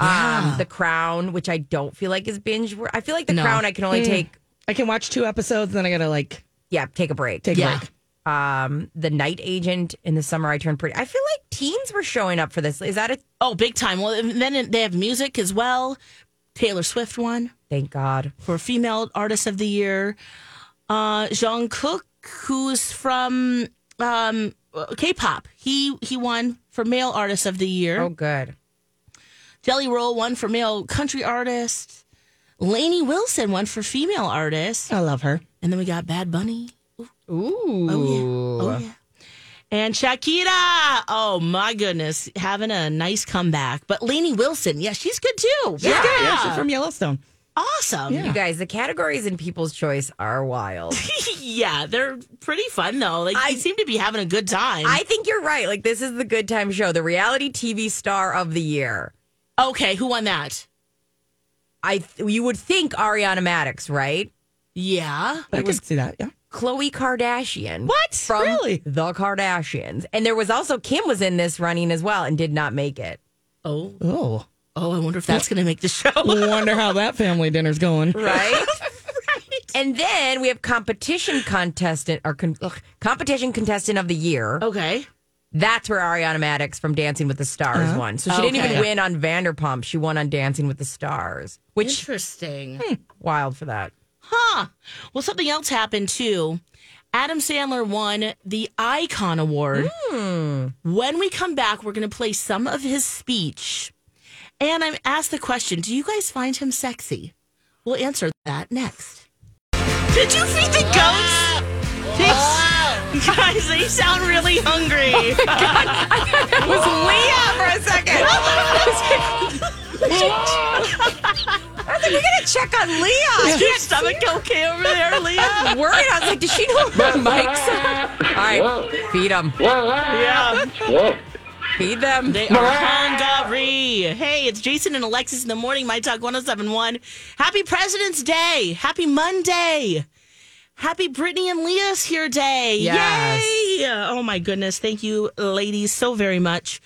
Speaker 2: Yeah.
Speaker 3: Um, the Crown, which I don't feel like is binge. wor- I feel like The
Speaker 2: No. Mm.
Speaker 3: Crown I can only take
Speaker 4: I can watch two episodes, then I gotta like
Speaker 3: yeah, take a break.
Speaker 4: take
Speaker 2: Yeah.
Speaker 4: a break.
Speaker 3: um, the night agent in the summer I turned pretty. I feel like teens were showing up for this. Is that a
Speaker 2: Oh, big time. Well, and then it- they have music as well. Taylor Swift won
Speaker 3: thank God?
Speaker 2: for Female Artist of the Year. Uh, Jung Cook, who's from um, K-pop, he he won for Male Artist of the Year.
Speaker 3: Oh, good.
Speaker 2: Jelly Roll won for Male Country Artist. Lainey Wilson won for Female Artist.
Speaker 4: I love her.
Speaker 2: And then we got Bad Bunny.
Speaker 3: Ooh,
Speaker 2: Oh, yeah. And Shakira, oh my goodness, having a nice comeback. But Lainey Wilson, yeah, she's good too. She's
Speaker 4: Yeah, she's from Yellowstone.
Speaker 2: awesome. Yeah.
Speaker 3: you guys, the categories in People's Choice are wild.
Speaker 2: they're pretty fun though. Like
Speaker 3: I-
Speaker 2: they seem to be having a good time.
Speaker 3: I think you're right. Like this is the good time show, the reality TV star of the year.
Speaker 2: okay, who won that?
Speaker 3: I th- you would think Ariana Maddox, right?
Speaker 2: Yeah.
Speaker 4: I can see that. Yeah.
Speaker 3: Khloe Kardashian.
Speaker 4: What?
Speaker 3: From
Speaker 4: Really?
Speaker 3: the Kardashians. And there was also Kim was in this running as well and did not make it.
Speaker 2: Oh,
Speaker 4: Oh.
Speaker 2: oh, I wonder if that's gonna make the show.
Speaker 4: Wonder how that family dinner's going.
Speaker 3: right? And then we have competition contestant or con- ugh, competition contestant of the year.
Speaker 4: Oh.
Speaker 2: okay.
Speaker 3: That's where Ariana Maddox from Dancing with the Stars
Speaker 4: Uh-huh.
Speaker 3: won. So she didn't even
Speaker 2: Okay.
Speaker 3: win on Vanderpump. She won on Dancing with the Stars, which
Speaker 2: Interesting.
Speaker 3: wild for that.
Speaker 2: Huh. Well, something else happened too. Adam Sandler won the Icon Award. When we come back, we're going to play some of his speech. And I'm asked the question Do you guys find him sexy? We'll answer that next. Did you feed the goats? They- guys, they sound really hungry.
Speaker 3: It was Leah for a second. I was like, we gotta check on Leah.
Speaker 2: Is your stomach okay over there, Leah?
Speaker 3: I'm worried. I was like, does she know about mics? All right, feed them.
Speaker 2: Yeah.
Speaker 3: Feed them.
Speaker 2: They are hungry. Hey, it's Jason and Alexis in the morning, My Talk 1071. Happy President's Day. Happy Monday. Happy Brittany and Leah's here day.
Speaker 3: Yes.
Speaker 2: Yay. Oh my goodness. Thank you, ladies, so very much.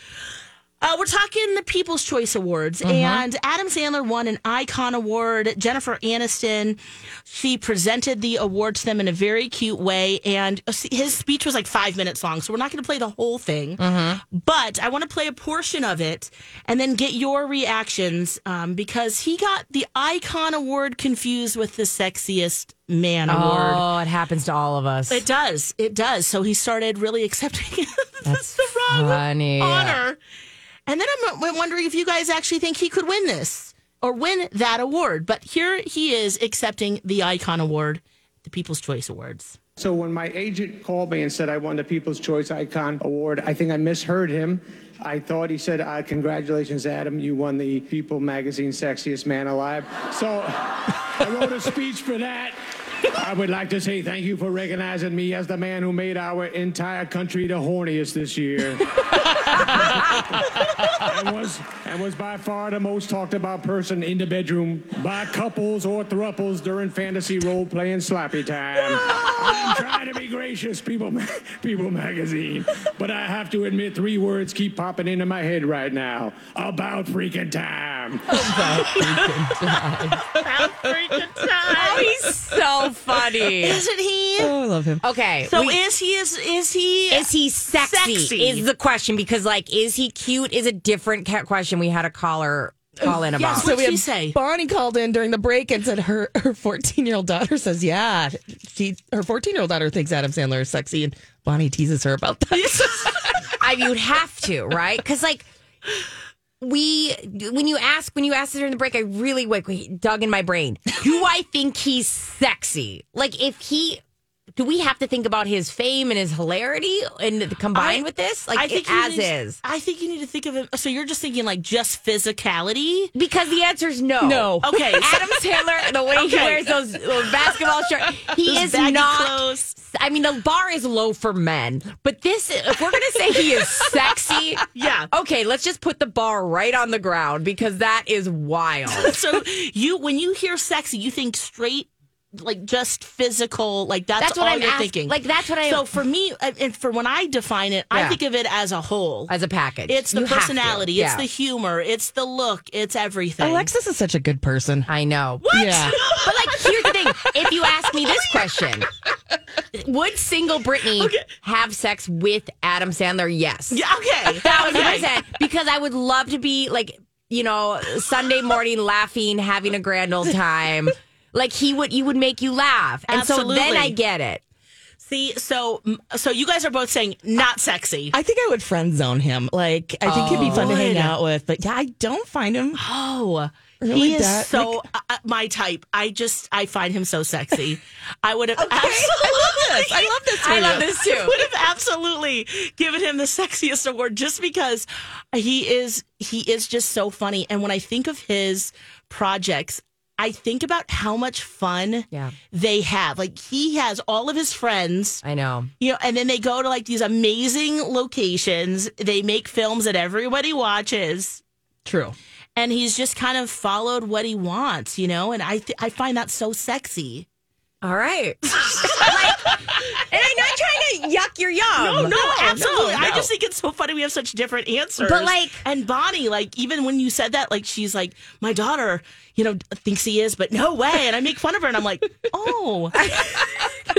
Speaker 2: Uh, we're talking the People's Choice Awards, and Adam Sandler won an Icon Award. Jennifer Aniston, she presented the award to them in a very cute way, and his speech was like five minutes long, so we're not going to play the whole thing. But I want to play a portion of it and then get your reactions um, because he got the Icon Award confused with the Sexiest Man Award.
Speaker 3: Oh, it happens to all of us.
Speaker 2: It does. It does. So he started really accepting
Speaker 3: That's
Speaker 2: the wrong
Speaker 3: funny.
Speaker 2: honor. And then I'm w- wondering if you guys actually think he could win this or win that award. But here he is accepting the Icon Award, the People's Choice Awards.
Speaker 6: So when my agent called me and said I won the People's Choice Icon Award, I think I misheard him. I thought he said, uh, "Congratulations, Adam! You won the People Magazine Sexiest Man Alive." So I wrote a speech for that. I would like to say thank you for recognizing me as the man who made our entire country the horniest this year. and was and was by far the most talked about person in the bedroom by couples or thruples during fantasy role playing sloppy time. I'm trying to be gracious, People Ma- People Magazine, but I have to admit three words keep popping into my head right now. About freaking time.
Speaker 3: Oh, he's so funny.
Speaker 2: Isn't he?
Speaker 4: Oh, I love him.
Speaker 3: Okay.
Speaker 2: so
Speaker 3: we-
Speaker 2: is he? Is is he?
Speaker 3: is he sexy,
Speaker 2: Sexy.
Speaker 3: Is the question because like is he cute? Is a different ca- question we had a caller call in about.
Speaker 2: Yes, what did
Speaker 4: had
Speaker 2: she say?
Speaker 4: Bonnie called in during the break and said her her 14 year old daughter says, yeah, she her 14 year old daughter thinks Adam Sandler is sexy, and Bonnie teases her about that.
Speaker 3: I you'd have to right because like we when you ask when you asked during the break, I really like dug in my brain. Do I think he's sexy? Like if he. Do we have to think about his fame and his hilarity and combined with this? Like
Speaker 2: you
Speaker 3: as
Speaker 2: need-
Speaker 3: is.
Speaker 2: I think you need to think of him. So you're just thinking like just physicality.
Speaker 3: Because the answer is no.
Speaker 4: No.
Speaker 2: Okay, so-
Speaker 3: Adam Sandler, the way he
Speaker 2: Okay.
Speaker 3: wears those uh, basketball shorts, he
Speaker 2: Those
Speaker 3: is
Speaker 2: baggy
Speaker 3: not.
Speaker 2: clothes.
Speaker 3: I mean, the bar is low for men, but this, if we're going to say he is sexy,
Speaker 2: Yeah.
Speaker 3: okay, let's just put the bar right on the ground because that is wild.
Speaker 2: so you when you hear sexy, you think straight, like just physical, like that's,
Speaker 3: That's what
Speaker 2: all
Speaker 3: I'm
Speaker 2: you're
Speaker 3: ask-
Speaker 2: thinking.
Speaker 3: like, that's what I-
Speaker 2: So for me, and and for when I define it, I
Speaker 3: Yeah.
Speaker 2: think of it as a whole.
Speaker 3: As a package.
Speaker 2: it's the
Speaker 3: You have to.
Speaker 2: personality, it's
Speaker 3: Yeah.
Speaker 2: the humor, it's the look, it's everything.
Speaker 4: Alexis is such a good person.
Speaker 3: I know.
Speaker 4: Yeah.
Speaker 3: But like, here's the thing: if you ask me this question, would single Britney have sex with Adam Sandler? Yes.
Speaker 2: Yeah, okay.
Speaker 3: thousand
Speaker 2: Okay.
Speaker 3: percent. Because I would love to be like, you know, Sunday morning laughing, having a grand old time. Like he would, you would make you laugh, and so then
Speaker 2: Absolutely.
Speaker 3: I get it.
Speaker 2: See, so so you guys are both saying not sexy.
Speaker 4: I think I would friend zone him. Like, I think he'd be fun to hang
Speaker 2: Would.
Speaker 4: out with. But yeah, I don't find him.
Speaker 2: Oh,
Speaker 4: Really
Speaker 2: he is
Speaker 4: that-
Speaker 2: so uh, my type. I just I find him so sexy. I would have absolutely.
Speaker 4: I love this. I love this.
Speaker 3: I
Speaker 4: for
Speaker 3: love
Speaker 4: you.
Speaker 3: this too.
Speaker 2: Would have absolutely given him the sexiest award just because he is he is just so funny. And when I think of his projects, I think about how much fun
Speaker 3: Yeah.
Speaker 2: they have. Like he has all of his friends
Speaker 3: I know.
Speaker 2: you know, and then they go to like these amazing locations. They make films that everybody watches,
Speaker 4: True.
Speaker 2: and he's just kind of followed what he wants, you know. And I th- I find that so sexy.
Speaker 3: All right. Like, and I'm not trying to yuck your yum.
Speaker 2: No, absolutely.
Speaker 3: no,
Speaker 2: I
Speaker 3: no.
Speaker 2: just think it's so funny. We have such different answers.
Speaker 3: But, like-
Speaker 2: and Bonnie, like even when you said that, like she's like, my daughter, you know, thinks he is, but no way. And I make fun of her, and I'm like, oh,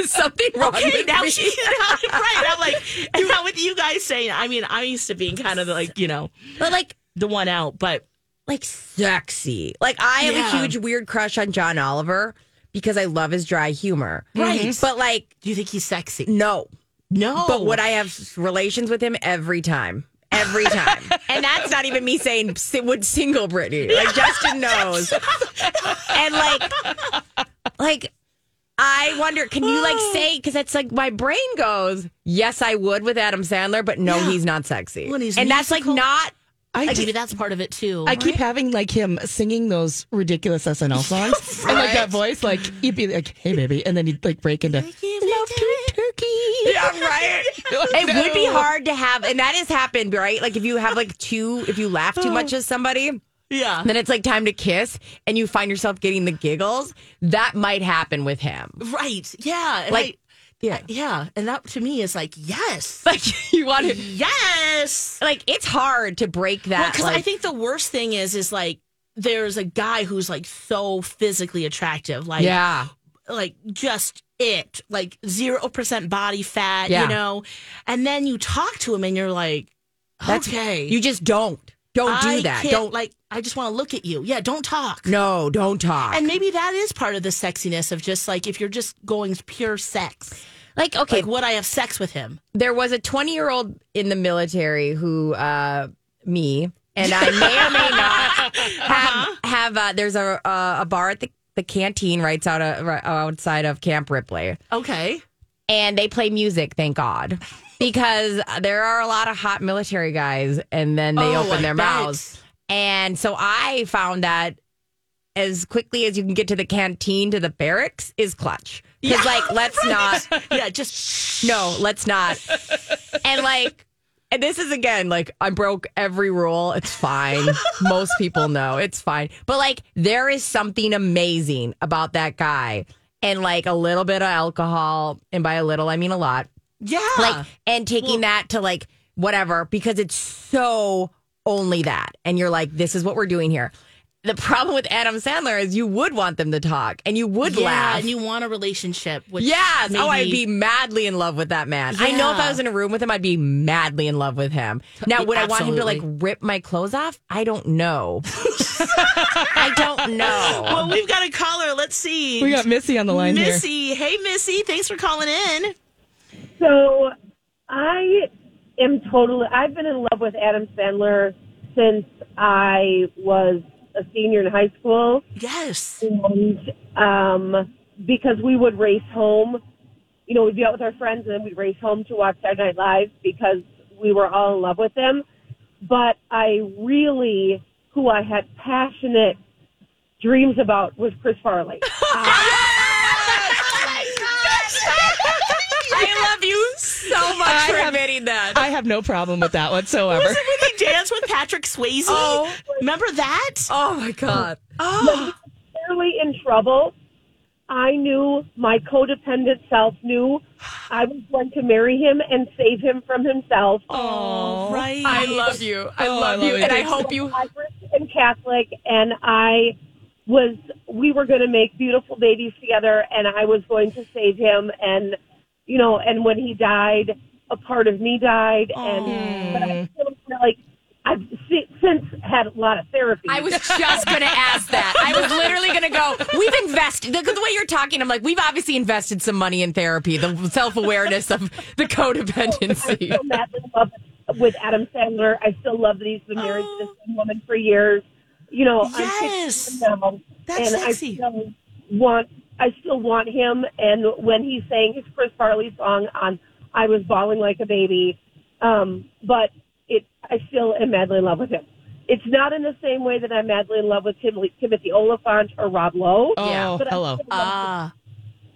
Speaker 3: something wrong.
Speaker 2: okay,
Speaker 3: with
Speaker 2: now
Speaker 3: me.
Speaker 2: she's right. And I'm like, and now with you guys saying, I mean, I'm used to being kind of like, you know,
Speaker 3: but like
Speaker 2: the one out, but.
Speaker 3: like sexy. Like I have a
Speaker 2: Yeah.
Speaker 3: huge weird crush on John Oliver because I love his dry humor. Right. But like
Speaker 2: Do you think he's sexy?
Speaker 3: no.
Speaker 2: No.
Speaker 3: But would I have relations with him every time? Every time. and that's not even me saying si- would single Britney. Like Justin knows. and like like I wonder, can you like say because that's like my brain goes, yes, I would with Adam Sandler, but no,
Speaker 2: Yeah.
Speaker 3: he's not sexy.
Speaker 2: Well, and he's
Speaker 3: and that's like
Speaker 2: musical.
Speaker 3: not
Speaker 4: I
Speaker 2: Like,
Speaker 4: just-
Speaker 2: maybe that's part of it too.
Speaker 4: I keep having like him singing those ridiculous SNL songs, and like that voice, like he'd be like, "Hey, baby," and then he'd like break into "Love to Turkey."
Speaker 3: Yeah, right. It would be hard to have, and that has happened, right? Like if you have like two, if you laugh too much at somebody,
Speaker 2: yeah.
Speaker 3: then it's like time to kiss, and you find yourself getting the giggles. That might happen with him.
Speaker 2: Right. Yeah. And
Speaker 3: Like-
Speaker 2: I-
Speaker 3: Yeah,
Speaker 2: yeah. And that to me is like, yes.
Speaker 3: like you want to,
Speaker 2: Yes.
Speaker 3: like it's hard to break
Speaker 2: Well,
Speaker 3: that.
Speaker 2: because I
Speaker 3: like-
Speaker 2: think the worst thing is, is like, there's a guy who's like so physically attractive. Like,
Speaker 3: yeah,
Speaker 2: like just it, like 0% body fat,
Speaker 3: Yeah.
Speaker 2: you know? And then you talk to him and you're like,
Speaker 3: That's-
Speaker 2: okay.
Speaker 3: you just don't, don't
Speaker 2: I
Speaker 3: do that.
Speaker 2: can't,
Speaker 3: Don't
Speaker 2: like, I just want to look at you. Yeah. Don't talk.
Speaker 3: no, don't talk.
Speaker 2: And maybe that is part of the sexiness of just like if you're just going pure sex.
Speaker 3: like okay,
Speaker 2: Like, would I have sex with him?
Speaker 3: there was a 20 year old in the military who uh me and i may or may not have
Speaker 2: Uh-huh.
Speaker 3: have uh, there's a uh, a bar at the the canteen right out of, right outside of Camp Ripley,
Speaker 2: Okay.
Speaker 3: and they play music. Thank God, because there are a lot of hot military guys, and then they
Speaker 2: Oh,
Speaker 3: open
Speaker 2: I
Speaker 3: their
Speaker 2: bet.
Speaker 3: mouths. And so I found that as quickly as you can get to the canteen to the barracks is clutch. Because like, let's not
Speaker 2: Yeah, just
Speaker 3: no, let's not. and like, and this is again, like, I broke every rule. It's fine. Most people know it's fine. But like, there is something amazing about that guy. And like a little bit of alcohol, and by a little, I mean a lot.
Speaker 2: yeah.
Speaker 3: Like, and taking that to like whatever, because it's so only that. And you're like, this is what we're doing here. The problem with Adam Sandler is you would want them to talk and you would
Speaker 2: yeah,
Speaker 3: laugh.
Speaker 2: and you want a relationship. Which
Speaker 3: Yes. Oh, I'd
Speaker 2: maybe-
Speaker 3: be madly in love with that man. I know if I
Speaker 2: Yeah.
Speaker 3: was in a room with him, I'd be madly in love with him. Now, would I want him to like
Speaker 2: Absolutely.
Speaker 3: rip my clothes off? I don't know. I don't know.
Speaker 2: Well, we've got a caller. Let's see.
Speaker 4: We got Missy on the line here.
Speaker 2: Missy. Hey, Missy. Thanks for calling in.
Speaker 7: So I am totally. I've been in love with Adam Sandler since I was a senior in high school,
Speaker 2: Yes.
Speaker 7: and um, because we would race home, you know, we'd be out with our friends, and then we'd race home to watch Saturday Night Live because we were all in love with them. But I really, who I had passionate dreams about, was Chris Farley.
Speaker 3: I love you so much for admitting that.
Speaker 8: I have no problem with that whatsoever.
Speaker 2: Remember when they danced with Patrick Swayze?
Speaker 3: Oh.
Speaker 2: Remember that?
Speaker 3: Oh my god.
Speaker 7: clearly in trouble. I knew my codependent self knew I was going to marry him and save him from himself.
Speaker 2: Oh, right.
Speaker 3: I love you. I love,
Speaker 8: I love
Speaker 3: you.
Speaker 8: it.
Speaker 3: And I hope you
Speaker 7: Irish and Catholic, and I was we were going to make beautiful babies together, and I was going to save him, and you know, and when he died, a part of me died, and but I still feel like I've si- since had a lot of therapy.
Speaker 3: I was just going to ask that. I was literally going to go, we've invested. The, the way you're talking, I'm like, we've obviously invested some money in therapy, the self awareness of the codependency.
Speaker 7: still madly in love with Adam Sandler. I still love that he's been married to this
Speaker 5: Oh.
Speaker 7: same woman for years. You know,
Speaker 2: Yes.
Speaker 7: I'm 51 now,
Speaker 2: That's
Speaker 7: and
Speaker 2: sexy.
Speaker 7: I still want, I still want him. And when he sang his Chris Farley song on "I Was Bawling Like a Baby," um, but it, I still am madly in love with him. It's not in the same way that I'm madly in love with Tim, Timothy Oliphant or Rob Lowe.
Speaker 8: Oh,
Speaker 3: Yeah.
Speaker 7: but I
Speaker 8: hello.
Speaker 7: still love
Speaker 3: Ah,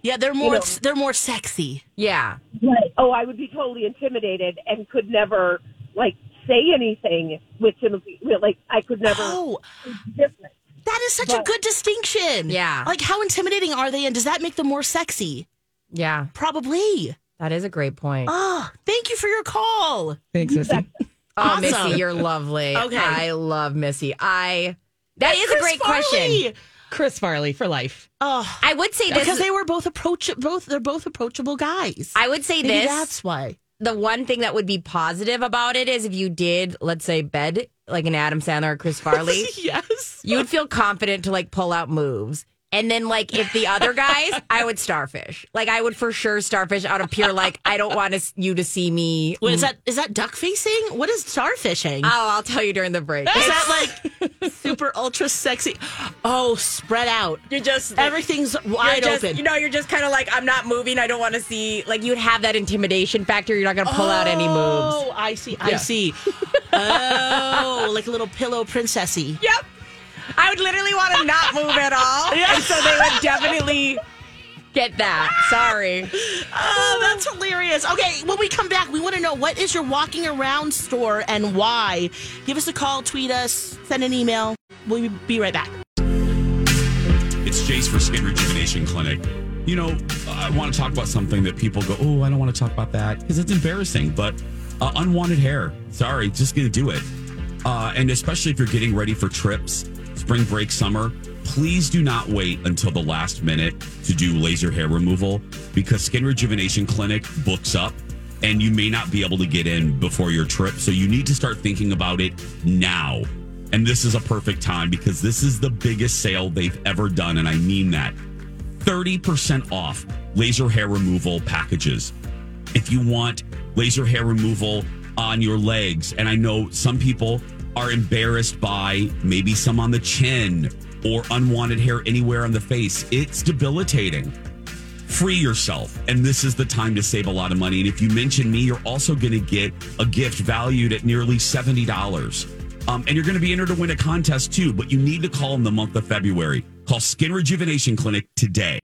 Speaker 2: Yeah, they're more
Speaker 7: know.
Speaker 2: they're more sexy.
Speaker 3: yeah.
Speaker 7: Right. Oh, I would be totally intimidated and could never like say anything with Timothy. Like I could never.
Speaker 2: Oh,
Speaker 7: Different.
Speaker 2: that is such a
Speaker 7: But-
Speaker 2: good distinction.
Speaker 3: Yeah.
Speaker 2: Like how intimidating are they and does that make them more sexy?
Speaker 3: Yeah.
Speaker 2: Probably.
Speaker 3: That is a great point.
Speaker 2: Oh, thank you for your call.
Speaker 8: Thanks, Missy.
Speaker 3: Oh,
Speaker 2: Awesome.
Speaker 3: Missy, you're lovely.
Speaker 2: Okay.
Speaker 3: I love Missy. I. That is a
Speaker 2: Chris
Speaker 3: great question.
Speaker 2: Farley.
Speaker 8: Chris Farley for life.
Speaker 2: Oh,
Speaker 3: I would say this.
Speaker 2: because they were both approach both they're both approachable guys.
Speaker 3: I would say
Speaker 2: Maybe
Speaker 3: this.
Speaker 2: that's why.
Speaker 3: the one thing that would be positive about it is if you did, let's say, bed like an Adam Sandler or Chris Farley,
Speaker 2: Yes.
Speaker 3: you would feel confident to like pull out moves. And then, like, if the other guys, I would starfish. Like, I would for sure starfish out of pure, like, I don't want to, you to see me.
Speaker 2: What is that? Is that duck facing? What is starfishing?
Speaker 3: Oh, I'll tell you during the break.
Speaker 2: is that like super ultra sexy? Oh, spread out.
Speaker 3: You're just
Speaker 2: Everything's wide
Speaker 3: just,
Speaker 2: open.
Speaker 3: You know, you're just kind of like, I'm not moving. I don't want to see. Like, you'd have that intimidation factor. You're not going to pull out any moves.
Speaker 2: Oh, I see. I see. oh, like a little pillow princessy.
Speaker 3: Yep. I would literally want to not move at all. And so they would definitely get that. Sorry.
Speaker 2: Oh, that's hilarious. Okay, when we come back, we want to know what is your walking around store and why. Give us a call, tweet us, send an email. We'll be right back.
Speaker 4: It's Jace for Skin Rejuvenation Clinic. You know, I want to talk about something that people go, oh, I don't want to talk about that because it's embarrassing, but uh, unwanted hair. Sorry, just going to do it. Uh, and especially if you're getting ready for trips, spring break, summer, please do not wait until the last minute to do laser hair removal because Skin Rejuvenation Clinic books up and you may not be able to get in before your trip. So you need to start thinking about it now. And this is a perfect time because this is the biggest sale they've ever done. And I mean that 30% off laser hair removal packages. If you want laser hair removal on your legs, and I know some people are embarrassed by maybe some on the chin or unwanted hair anywhere on the face, it's debilitating free yourself. And this is the time to save a lot of money. And if you mention me, you're also going to get a gift valued at nearly $70. Um, and you're going to be entered to win a contest too, but you need to call in the month of February. Call Skin Rejuvenation Clinic today.